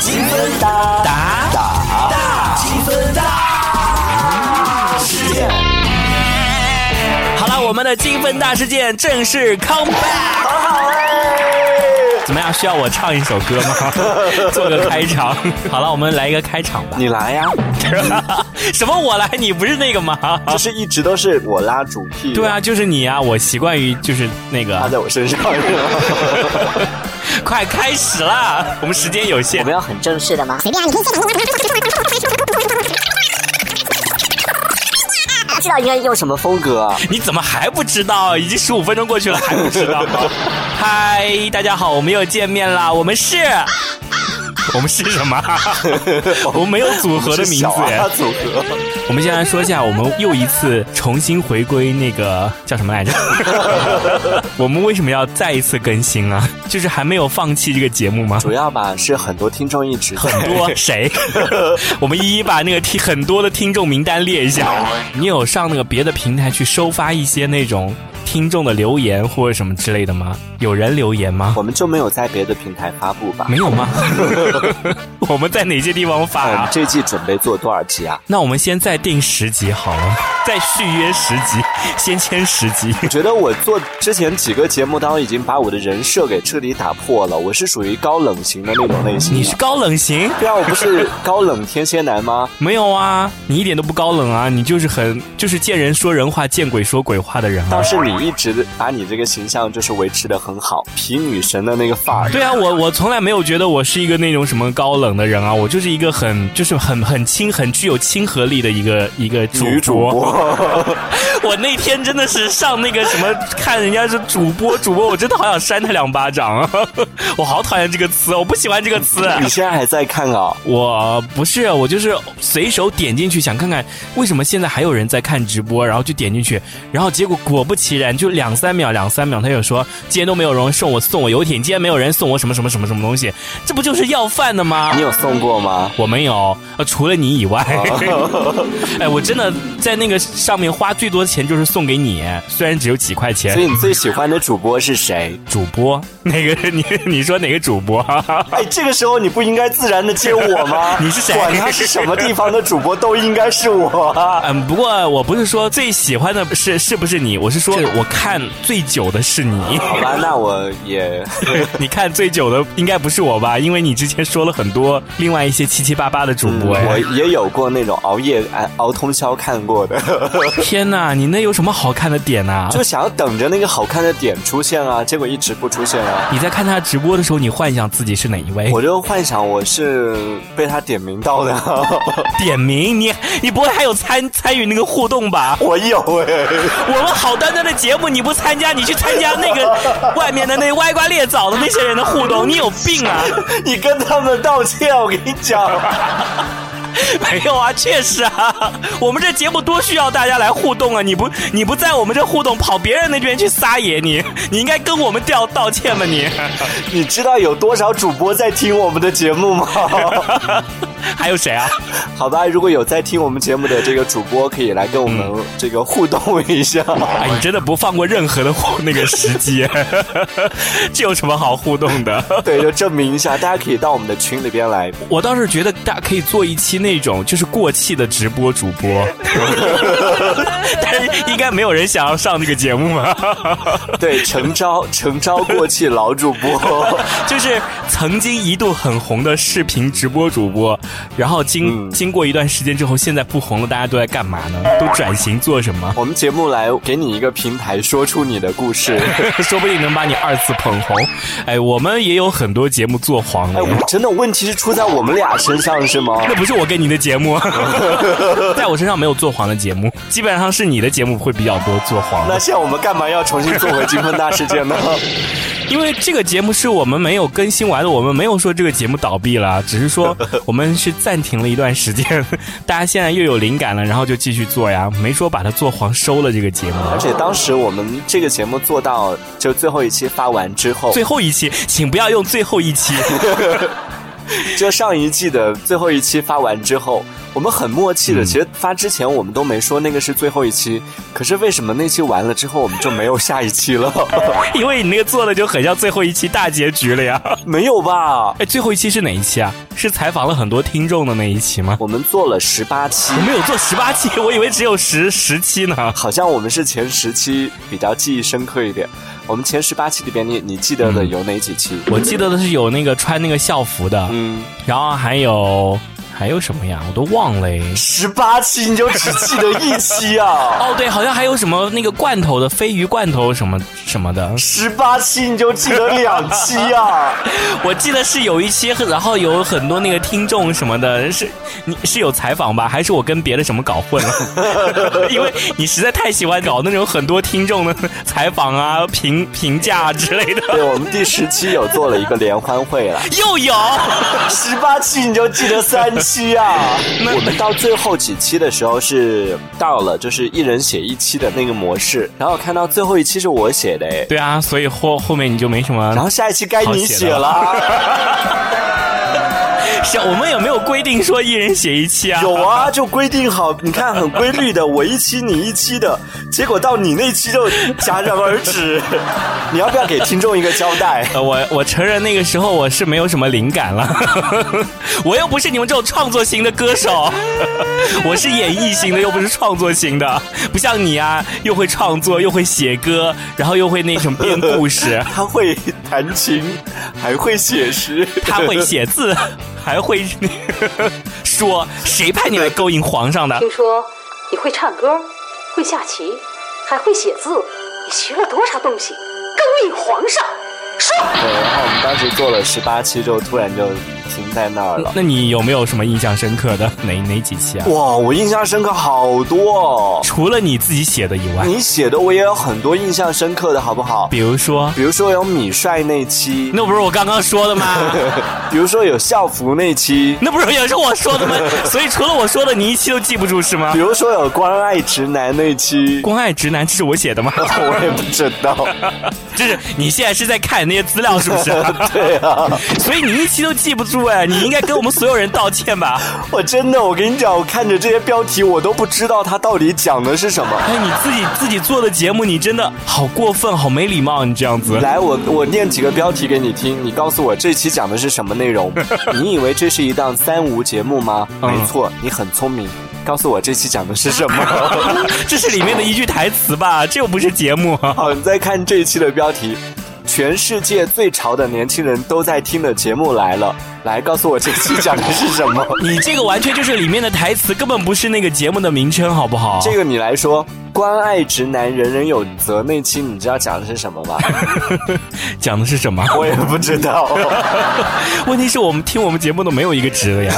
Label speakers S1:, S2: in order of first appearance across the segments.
S1: 分打打打打积分大事件。
S2: 好了，我们的积分大事件正式 come back。
S1: 好好哎，
S2: 怎么样？需要我唱一首歌吗？ 做个开场。好了，我们来一个开场吧。
S1: 你来呀！
S2: 什么？我来？你不是那个 吗？
S1: 就是一直都是我拉主 P，
S2: 啊对，啊，就是你啊！我习惯于就是那
S1: 拉
S2: 个，
S1: 在我身上是 吗？
S2: 快开始啦！我们时间有
S1: 我
S2: 限
S1: 们。要很正式的吗？
S3: 随便啊，你可以现场用。
S4: 啊
S1: 知道应该用什么风格啊？
S2: 你怎么还不知道？已经十五分钟过去了，还不知 道？嗨，大家好，我们又见面啦！我们 是，我们是 什么？我们没有组合的名字
S1: 我。们是小啊组合，
S2: 我们先来说一下，我们又一次重新回归那个叫什么来着？我们为什么要再一次更新啊？就是还没有放弃这个节目吗？
S1: 主要吧是很多听众一直很
S2: 多谁？我们一一把那个听很多的听众名单列一下。你有上那个别的平台去收发一些那种听众的留言或者什么之类的吗？有人留言吗？
S1: 我们就没有在别的平台发布吧？
S2: 没有吗？我们在哪些地方发
S1: 那我们
S2: 啊？
S1: 嗯这季准备做多少集 啊？
S2: 那我们先再定十集好了，再续约十集，先签十集。
S1: 我觉得我做之前几个节目当中，已经把我的人设给彻底打破了。我是属于高冷型的那种类型的。
S2: 你是高冷型？
S1: 对啊，我不是高冷天蝎男吗？
S2: 没有啊，你一点都不高冷啊，你就是很就是见人说人话，见鬼说鬼话的人啊
S1: 倒。是你一直把你这个形象就是维持的很好，痞女神的那个范儿。
S2: 对啊，我我从来没有觉得我是一个那种什么高冷的人啊，我就是一个很就是很很亲很具有亲和力的一个一个主
S1: 女主播，
S2: 我那天真的是上那个什么看人家是主播主播，我真的好想扇他两巴掌啊！ 我好讨厌这个词，啊我不喜欢这个词。
S1: 你现在还在看啊？
S2: 我不是，我就是随手点进去想看看为什么现在还有人在看直播，然后就点进去，然后结果果不其然，就两三秒，两三秒，他就说今天都没有人送我送我游艇，今天没有人送我什么什么什么什么东西，这不就是要饭的吗
S1: 你？有送过吗？
S2: 我没有，呃，除了你以 外，哎，我真的在那个上面花最多的钱就是送给你，虽然只有几块
S1: 所
S2: 钱。
S1: 以你最喜欢的主播是 谁？
S2: 主播哪个？你你说哪个主播？？
S1: 哎，这个时候你不应该自然的接我吗
S2: 你是谁
S1: 管他是什么地方的主播，都应该是我 啊。
S2: 嗯，不过我不是说最喜欢的是是不是你，我是说我看最久的是 你，
S1: 好吧，那我 也
S2: 你看最久的应该不是我吧？因为你之前说了很多另外一些七七八八的主
S1: 嗯
S2: 播
S1: 我
S2: 哎。
S1: 也有过那种熬夜哎熬通宵看过的，
S2: 天哪，你那有什么好看的点啊呐、
S1: 就想要等着那个好看的点出现啊，结果一直不出现啊。
S2: 你在看他直播的时候，你幻想自己是哪一位？
S1: 我就幻想我是被他点名到的，
S2: 点名你，你不会还有参参与那个互动吧？
S1: 我有哎、
S2: 我们好端端的节目你不参加，你去参加那个外面的那歪瓜裂枣的那些人的互动，你有病啊！
S1: 你跟他们道歉，我跟你讲，
S2: 没有啊，确实啊，我们这节目多需要大家来互动啊！你不你不在我们这互动，跑别人那边去撒野你，你应该跟我们道道歉吧你。
S1: 你知道有多少主播在听我们的节目吗？
S2: 还有谁啊？
S1: 好吧，如果有在听我们节目的这个主播，可以来跟我们这个互动一下。
S2: 哎，你真的不放过任何的互那个时机， 这有什么好互动的？
S1: 对，就证明一下，大家可以到我们的群里边来。
S2: 我倒是觉得大家可以做一期那种就是过气的直播主播， 但是应该没有人想要上这个节目吧？
S1: 对，诚招诚招过气老主播，
S2: 就是曾经一度很红的视频直播主播，然后经、
S1: 嗯
S2: 经过一段时间之后，现在不红了，大家都在干嘛呢？都转型做什么？
S1: 我们节目来给你一个平台，说出你的故事。
S2: 说不定能把你二次捧红。哎，我们也有很多节目做黄
S1: 哎，
S2: 了。
S1: 我真的问题是出在我们俩身上是吗？
S2: 那不是我跟你的节目， 在我身上没有做黄的节目，基本上是你的节目会比较多做黄
S1: 那现在我们干嘛要重新做回金婚大事件呢？
S2: 因为这个节目是我们没有更新完的，我们没有说这个节目倒闭了， 只是说我们是暂停了一段时间， 大家现在又有灵感了，然后就继续做呀，没说把它做黄收了这个节目。
S1: 而且当时我们这个节目做到就最后一期发完之后，
S2: 最后一期，请不要用最后一期。
S1: 就上一季的最后一期发完之后，我们很默契的，其实发之前我们都没说那个是最后一期，可是为什么那期完了之后我们就没有下一期了？
S2: 因为你那个做的就很像最后一期大结局了呀。
S1: 没有吧？
S2: 哎，最后一期是哪一期啊？是采访了很多听众的那一期 吗？
S1: 我们做了十八期
S2: 我，们有做十八期， 我以为只有十十期呢。
S1: 好像我们是前十期比较记忆深刻一点。我们前十八期里边，你你记得的有哪几期？
S2: 我记得的是有那个穿那个校服的，
S1: 嗯，
S2: 然后还有还有什么呀？我都忘了诶。哎
S1: 十八期你就只记得一期啊？
S2: 哦，对，好像还有什么那个罐头的鲱鱼罐头什么什么的，
S1: 十八期你就记得两期啊？
S2: 我记得是有一些，然后有很多那个听众什么的，是你是有采访吧？还是我跟别的什么搞混了？ 因为你实在太喜欢搞那种很多听众的采访啊、评评价、啊、之类的，
S1: 对，我们第十期有做了一个联欢会了。
S2: 又有。
S1: 十八期你就记得三期啊！我们到最后几期的时候是到了，就是一人写一期的那个模式，然后看到最后一期是我写的哎，
S2: 对啊，所以后后面你就没什
S1: 然
S2: 么。
S1: 后下一期该你写了 啊，
S2: 是我们有没有规定说一人写一期啊？
S1: 有啊，就规定好，你看很规律的，我一期你一期的，结果到你那期就戛然而 止，你要不要给听众一个交代？，
S2: 呃，我我承认那个时候我是没有什么灵感了， 我又不是你们这种创作型的歌手， 我是演绎型的，又不是创作型的，不像你啊，又会创作，又会写歌，然后又会那种编故事
S1: 他会弹琴，还会写诗，
S2: 他 会写字，还会说，谁派你来勾引皇上的？
S3: 听说你会唱歌，会下棋，还会写字，你学了多少东西？勾引皇上，说。
S1: 对，然后我们当时做了十八期，就突然就停在那儿了。
S2: 那你有没有什么印象深刻的哪哪几期啊？
S1: 哇，我印象深刻好多哦！
S2: 除了你自己写的以外，
S1: 你写的我也有很多印象深刻的，好不好？
S2: 比如说，
S1: 比如说有米帅那 期，
S2: 那不是我刚刚说的吗？
S1: 比如说有校服那期，
S2: 那不是也是我说的吗？ 所以除了我说的，你一期都记不住是吗
S1: 比？如说有关爱直男那期，
S2: 关爱直男，这是我写的吗？
S1: 我也不知 道。
S2: 就是你现在是在看那些资料是 不是？
S1: 对啊，
S2: 所以你一期都记不住哎，你应该跟我们所有人道歉吧？
S1: 我真的，我跟你讲，我看着这些标题，我都不知道它到底讲的是什么。
S2: 哎，你自己自己做的节目，你真的好过分，好没礼貌，你这样子。
S1: 来，我我念几个标题给你听，你告诉我这期讲的是什么内容？你以为这是一档三无节目吗？
S2: 嗯
S1: 没错，你很聪明。告诉我这期讲的是什么？
S2: 这是里面的一句台词吧？这又不是节目、
S1: 好，你再看这一期的标题，全世界最潮的年轻人都在听的节目来了，来告诉我这期讲的是什么？
S2: 你这个完全就是里面的台词，根本不是那个节目的名称，好不好？
S1: 这个你来说，关爱直男人人有责那期，你知道讲的是什么吗？
S2: 讲的是什么？
S1: 我也不知道。
S2: 问题是我们听我们节目都没有一个直 的呀，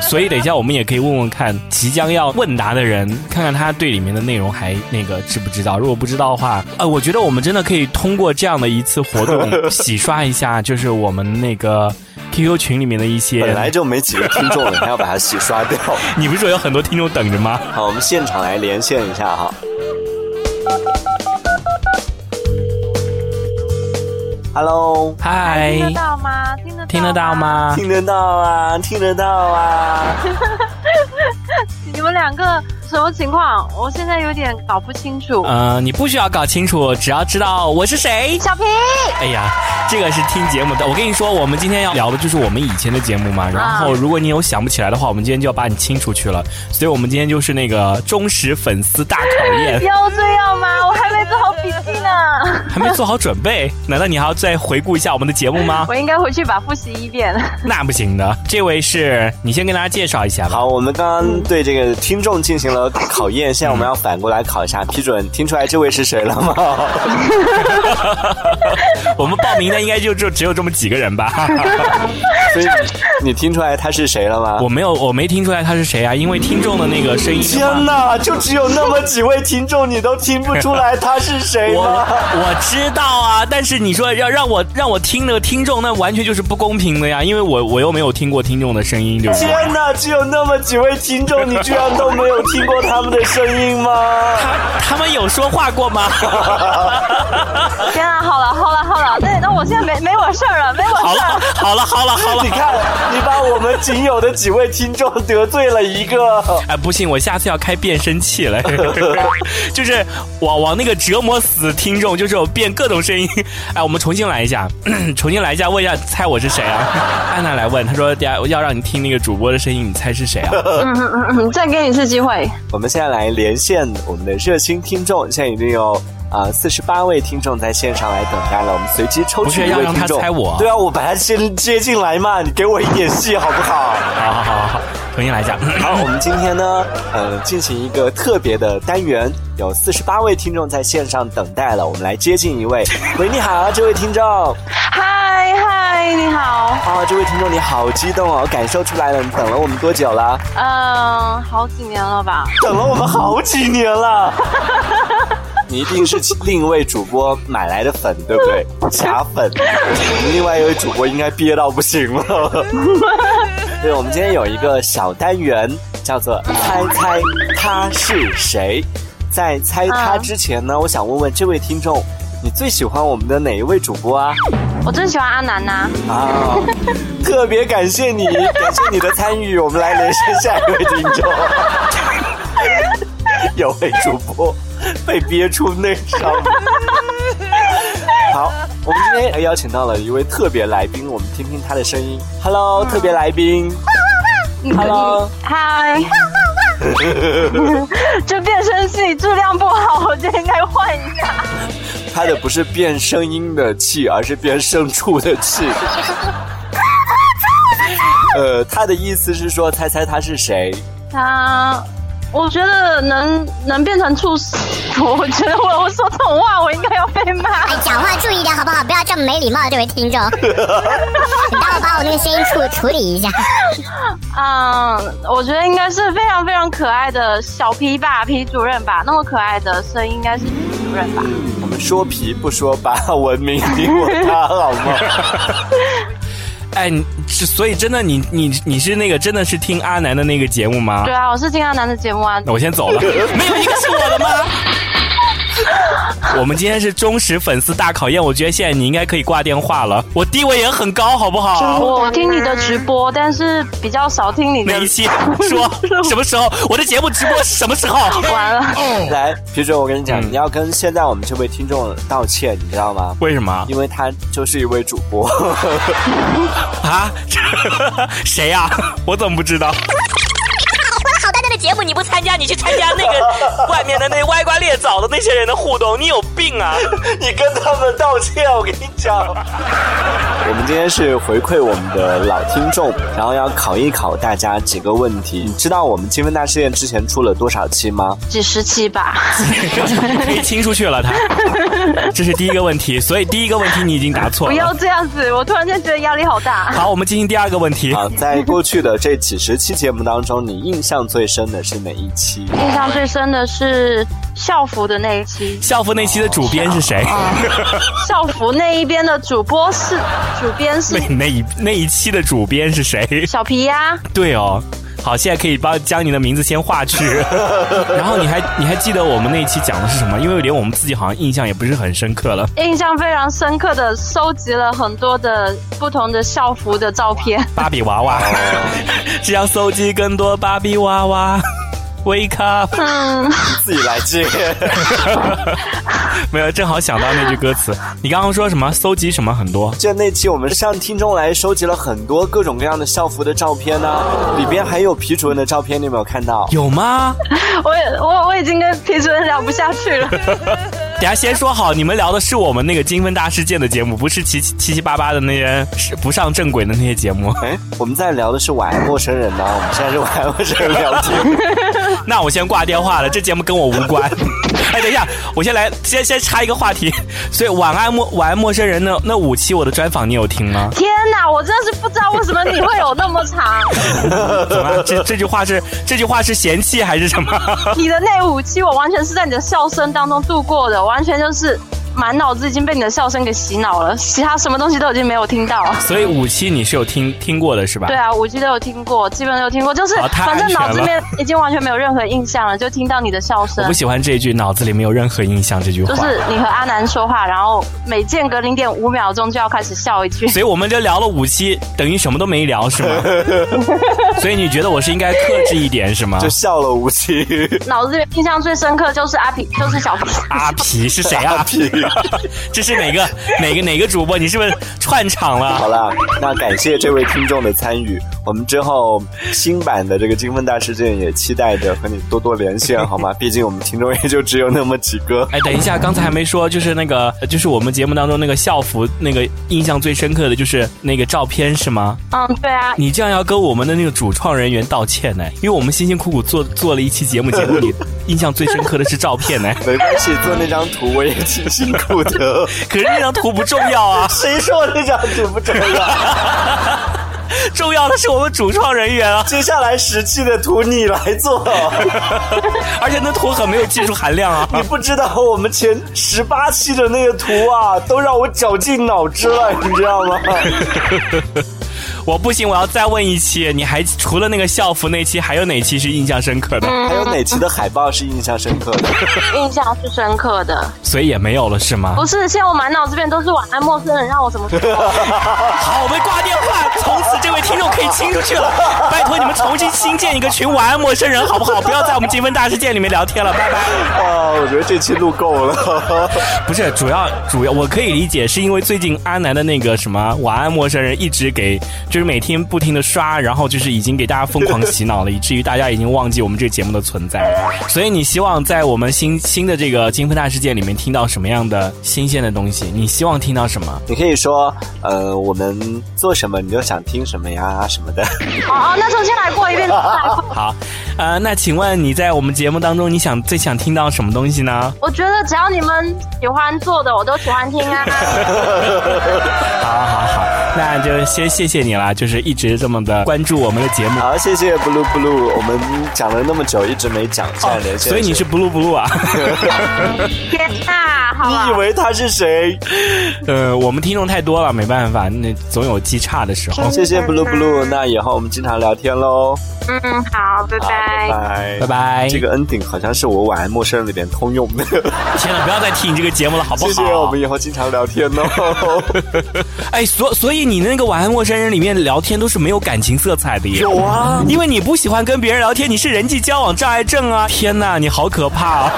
S2: 所以等一下我们也可以问问看即将要问答的人，看看他对里面的内容还那个知不知道。如果不知道的话，呃，我觉得我们真的可以通过这样的一次活动 洗刷一下，就是我们那个 QQ 群里面的一
S1: 本
S2: 些。
S1: 来就没几个听众了，还要把它洗刷掉。
S2: 你不是说有很多听众等着吗？
S1: 好，我们现场来连线一下哈。Hello，
S2: 嗨，
S5: 听得到吗？听得
S2: 哎听得到？吗？
S1: 听得到啊，听得到啊。
S5: 你们两个什么情况？我现在有点搞不清楚。
S2: 呃，你不需要搞清楚，只要知道我是谁。
S5: 小平，
S2: 哎呀，这个是听节目的。我跟你说，我们今天要聊的就是我们以前的节目嘛。然后，如果你有想不起来的话，我们今天就要把你清出去了。所以我们今天就是那个忠实粉丝大考验，
S5: 要这样吗？我还没做好笔记呢，
S2: 还没做好准备。难道你还要再回顾一下我们的节目吗？
S5: 我应该回去把复习一 遍。
S2: 那不行的。这位是你先跟大家介绍一下 吧。
S1: 好，我们刚刚对这个听众进行了考验，现在我们要反过来考一下，批准听出来这位是谁了 吗？
S2: 我们报名的应该就就只有这么几个人吧。
S1: 所以你听出来他是谁了吗？
S2: 我没有，我没听出来他是谁啊，因为听众的那个声音的话
S1: 天哪，就只有那么几位听众，你都听不出来他是谁
S2: 我
S1: 吗？
S2: 我知道啊，但是你说要让我让我听那个听众，那完全就是不公平的呀，因为我我又没有听过听众的声音，对不对？
S1: 天哪，只有那么几位听众，你居然都没有听过他们的声音吗？
S2: 他他们有说话过 吗？
S5: 天啊，好了好了好了，那那我现在没没我事儿了，没我
S2: 好
S5: 事儿
S2: 了
S5: 了。
S2: 好了好了好了
S1: 你，看，你把我们仅有的几位听众得罪了一个。
S2: 哎，不信我下次要开变声器了， 就是往往那个折磨死听众，就是我变各种声音。哎，我们重新来一下， 重新来一下，问一下，猜我是谁啊？安娜来问，她说等下要让你听那个主播的声音，你猜是谁啊？
S5: 嗯嗯嗯嗯，再给你一次机会。
S1: 我们现在来连线我们的热心听众，现在已经有啊四十八位听众在线上来等待了。我们随机抽
S2: 不
S1: 取
S2: 是
S1: 一
S2: 要
S1: 位
S2: 让
S1: 听
S2: 他
S1: 众。
S2: 猜我
S1: 对啊，我把他先接进来嘛，你给我一点戏好不好？
S2: 好好好好 好，重新来一下。
S1: 好，我们今天呢，呃，进行一个特别的单元，有四十八位听众在线上等待了，我们来接近 一位。喂，你好，这位听众，啊、
S5: 嗨嗨，你好。
S1: 这位听众你好激动哦，感受出来了，你等了我们多久了？
S5: 嗯，好几年了吧？
S1: 等了我们好几年了。你一定是另一位主播买来的粉，对不对？假粉。我们另外一位主播应该憋到不行了。对，我们今天有一个小单元，叫做“猜猜他是谁”。在猜他之前呢，我想问问这位听众，你最喜欢我们的哪一位主播啊？
S5: 我真喜欢阿南呐、
S1: 啊，特别感谢你，感谢你的参与，我们来连线下一位听众。有位主播被憋出内伤。好，我们今天邀请到了一位特别来宾，我们听听他的声音。Hello，、特别来宾。
S5: 你
S1: Hello
S5: 你嗨。 这变声器质量不好，我觉得应该换一下。
S1: 他的不是变声音的气，而是变牲畜的气。呃，他的意思是说，猜猜他是谁？
S5: 他，我觉得能能变成猝死，我觉得我我说这种话，我应该要被骂。
S4: 哎，讲话注意点好不好？不要这么没礼貌，这位听众。你待会把我那个声音处处理一 下。
S5: 嗯， 我觉得应该是非常非常可爱的小皮吧，皮主任吧，那么可爱的声音应该是皮主任吧。
S2: 嗯
S1: 我们说皮不说白，文明你我他，好吗？
S2: 哎，你是所以真的你你你是那个真的是听阿南的那个节目吗
S5: 对？啊，我是金阿南的节目啊。
S2: 那我先 走了，没有一个是我的吗？我们今天是忠实粉丝大考验，我觉得现在你应该可以挂电话了。我地位也很高，好不好？
S5: 我听你的直播，但是比较少听你的
S2: 哪。一期 说什么时候？我的节目直播是什么时候？
S5: 完了，
S1: 来，皮准，我跟你讲，
S2: 嗯
S1: 你要跟现在我们这位听众道歉，你知道吗？
S2: 为 什么
S1: 因为他就是一位主播，
S2: 啊？ 谁呀、我怎么不知道？
S6: 好端端的节目你不参加，你去参加那个外面的那歪瓜裂枣的那些人的互动，你有病啊！
S1: 你跟他们道歉，我跟你讲。我们今天是回馈我们的老听众，然后要考一考大家几个问题。你知道我们清分大事件之前出了多少期吗？
S5: 几十期吧。
S2: 可以清出去了他。这是第一个问题，所以第一个问题你已经答错
S5: 不要
S2: 了。
S5: 这样子，我突然间觉得压力好大。
S2: 好，我们进行第二个问题。
S1: 啊，在过去的这几十期节目当中，你印象最深的是哪一期？
S5: 印象最深的是校服的那一期，
S2: 校服那期的主编是谁？
S5: 啊校服那一边的主播是主编是
S2: 那那一那一期的主编是谁？
S5: 小皮呀、
S2: 对哦。好，现在可以帮将你的名字先划去，然后你还你还记得我们那一期讲的是什么？因为连我们自己好像印象也不是很深刻了。
S5: 印象非常深刻的收集了很多的不同的校服的照片。
S2: 芭比娃娃， 是要搜集更多芭比娃娃。Wake up！
S5: 嗯，
S1: 自己来接。
S2: 没有，正好想到那句歌词。你刚刚说什么？搜集什么很多？
S1: 就那期，我们向听众来收集了很多各种各样的校服的照片呢、啊里边还有皮主任的照片，你有没有看到？
S2: 有吗？
S5: 我也我我已经跟皮主任聊不下去 了。
S2: 等下先说好，你们聊的是我们那个金分大事件的节目，不是七七七七八八的那些是不上正轨的那些节目。
S1: 哎，我们在聊的是我爱陌生人呢、我们现在是我爱陌生人聊天。
S2: 那我先挂电话了，这节目跟我无关。哎 哎，等一下，我先来，先先插一个话题。所以晚安陌晚安陌生人那那五期我的专访你有听吗？
S5: 天哪，我真的是不知道为什么你会有那 么长。
S2: 怎么了这这句话是这句话是嫌弃还是什么？
S5: 你的那五期，我完全是在你的笑声当中度过的，完全就是满脑子已经被你的笑声给洗脑了，其他什么东西都已经没有听 到。
S2: 所以五期你是有听听过的是吧？
S5: 对啊，五 G 都有听过，基本都有听过，就是
S2: 好啊太
S5: 反
S2: 安
S5: 正
S2: 全
S5: 脑子
S2: 了
S5: 里面已经完全没有任何印象了，就听到你的笑
S2: 我
S5: 声
S2: 不。喜欢这一句，脑子里没有任何印象这句话。
S5: 就是你和阿南说话，然后每间隔零点五秒钟就要开始笑一句。
S2: 所以我们就聊了五期，等于什么都没聊是 吗？所以你觉得我是应该克制一点是吗
S1: 就？笑了无期。
S5: 脑子里印象最深刻就是阿皮，就是小皮。
S2: 阿皮是谁
S1: 阿
S2: 啊？
S1: 皮
S2: 这是哪个哪个哪个主播？你是不是串场了？
S1: 好啦，那感谢这位听众的参与，我们之后新版的这个金分大事件也期待着和你多多连线，好吗？毕竟我们听众也就只有那么几个。
S2: 哎，等一下，刚才还没说，就是那个，呃就是我们节目当中那个校服，那个印象最深刻的就是那个照片，是吗？
S5: 嗯，对啊，
S2: 你这样要跟我们的那个主创人员道歉呢，因为我们辛辛苦苦做做了一期节目，结果你印象最深刻的是照片呢。
S1: 没关系，做那张图我也挺辛苦的。
S2: 可是那张图不重要啊，
S1: 谁说这张图不重要？
S2: 重要的是我们主创人员啊，
S1: 接下来十期的图你来 做，
S2: 而且那图很没有技术含量啊。
S1: 你不知道我们前十八期的那个图啊，都让我绞尽脑汁了，你知道吗？
S2: 我不行，我要再问一期，你还除了那个校服那期，还有哪期是印象深刻的？
S1: 还有哪期的海报是印象深刻的？
S5: 印象最深刻的
S2: 所以也没有了是吗？
S5: 不是，现在我满脑子边都是晚安陌生人，让我怎么？
S2: 好，我们挂电话，从此这位听众可以清出去了。拜托你们重新新建一个群，晚安陌生人，好不好？不要在我们积分大事件里面聊天了，拜拜。
S1: 啊，我觉得这期录够了。
S2: 不是，主要主要我可以理解，是因为最近阿南的那个什么晚安陌生人一直给，就是每天不停的刷，然后就是已经给大家疯狂洗脑了，以至于大家已经忘记我们这个节目的存在了。所以你希望在我们新新的这个金分大事件里面听到什么样的新鲜的东西？你希望听到什么？
S1: 你可以说，呃，我们做什么你就想听什么呀，什 么的。
S5: 哦哦，那重新来过一遍，来过
S2: 好，呃，那请问你在我们节目当中，你想最想听到什么东西呢？
S5: 我觉得只要你们喜欢做的，我都喜欢听啊。
S2: 好好好，那就先谢谢你啦，就是一直这么的关注我们的节目。
S1: 好，谢谢 blue blue，我们讲了那么久，一直没讲，现在连线、
S2: 所以你是 blue blue 啊？
S5: 天哪，好
S1: 你以
S5: 吧，
S1: 为他是谁？
S2: 呃，我们听众太多了，没办法，那总有记差的时候。
S1: 哦谢谢 blue blue，那以后我们经常聊天喽。
S5: 嗯，好，拜
S1: 好，拜
S5: 拜。
S2: 拜。
S1: 拜
S2: 拜！
S1: 这个 ending 好像是我晚安陌生人里边通用的，
S2: 天哪，不要再听你这个节目了，好不好？
S1: 谢谢我们以后经常聊天哦。
S2: 哎，所所以你那个《晚安陌生人》里面聊天都是没有感情色彩的耶。
S1: 有啊，
S2: 因为你不喜欢跟别人聊天，你是人际交往障碍症啊！天哪，你好可怕啊！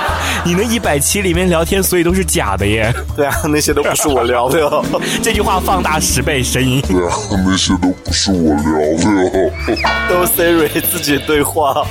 S2: 你那一百期里面聊天，所以都是假的耶。
S1: 对啊，那些都不是我聊 的哦。
S2: 这句话放大十倍声音。
S7: 对啊，那些都不是我聊的、哦。
S1: 都 Siri 自己对话。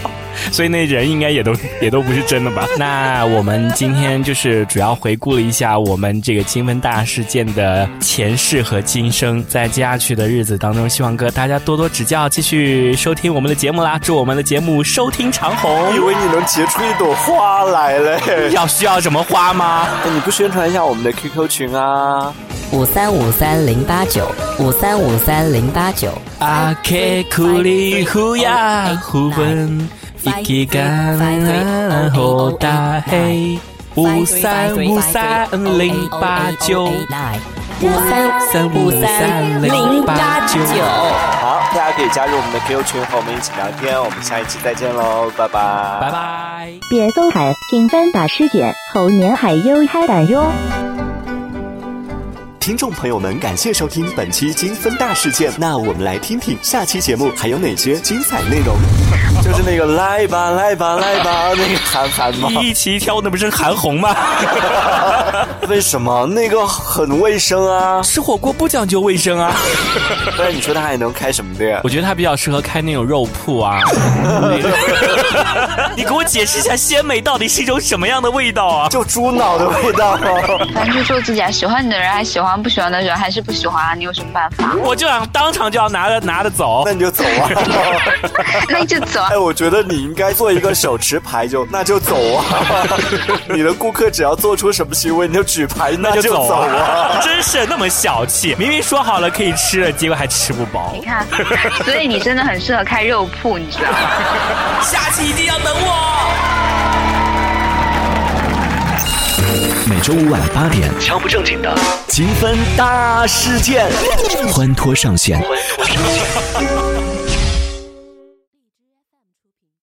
S2: 所以那人应该也都 也都不是真的吧？ 那我们今天就是主要回顾了一下我们这个金分大事件的前世和今生，在接下去的日子当中，希望哥大家多多指教，继续收听我们的节目啦！祝我们的节目收听长
S1: 以
S2: 虹。
S1: 为你能结出一朵花来嘞？
S2: 要需要什么花吗？
S1: 哎你不宣传一下我们的 QQ 群啊？
S8: 五三五三零八九，五三五三零八九。
S2: 阿克库里呼呀呼文，一起干啊吼大嘿，五三五三零八九。
S8: 五三五三零八九。
S1: 好，大家可以加入我们的 QQ 群和我们一起聊天。我们下一期再见喽，拜拜
S2: 拜拜。
S9: 别走海，金分大师姐，猴年还有嗨蛋哟。
S1: 听众朋友们，感谢收听本期金分大事件。那我们来听听下期节目还有哪些精彩内容。就是那个来吧，来吧，来吧，那个韩寒 吗？
S2: 一起跳，那不是韩红吗？
S1: 为什么那个很卫生啊？
S2: 吃火锅不讲究卫生啊，
S1: 不然你说他还能开什么店啊
S2: 我？觉得他比较适合开那种肉铺啊。 你给我解释一下鲜美到底是一种什么样的味道啊？
S1: 就猪脑的味道吗？
S10: 反正就做自己啊，喜欢你的人还喜欢，不喜欢的人还是不喜欢啊，你有什么办法？
S2: 我就想当场就要拿着拿着走
S1: 那。你就走啊！
S10: 那你就走啊，
S1: 哎，我觉得你应该做一个手持牌就，那就走啊！你的顾客只要做出什么行为，你就举牌，那
S2: 就
S1: 就走啊！
S2: 真是那么小气，明明说好了可以吃了，结果还吃不饱
S10: 你。看，所以你真的很适合开肉铺，你 知道吗？
S6: 下期一定要等
S2: 哦
S6: 我。
S11: 每周五晚八点，
S6: 瞧不正经的，
S11: 勤奋大事件，欢脱上线。
S6: 欢脱上线。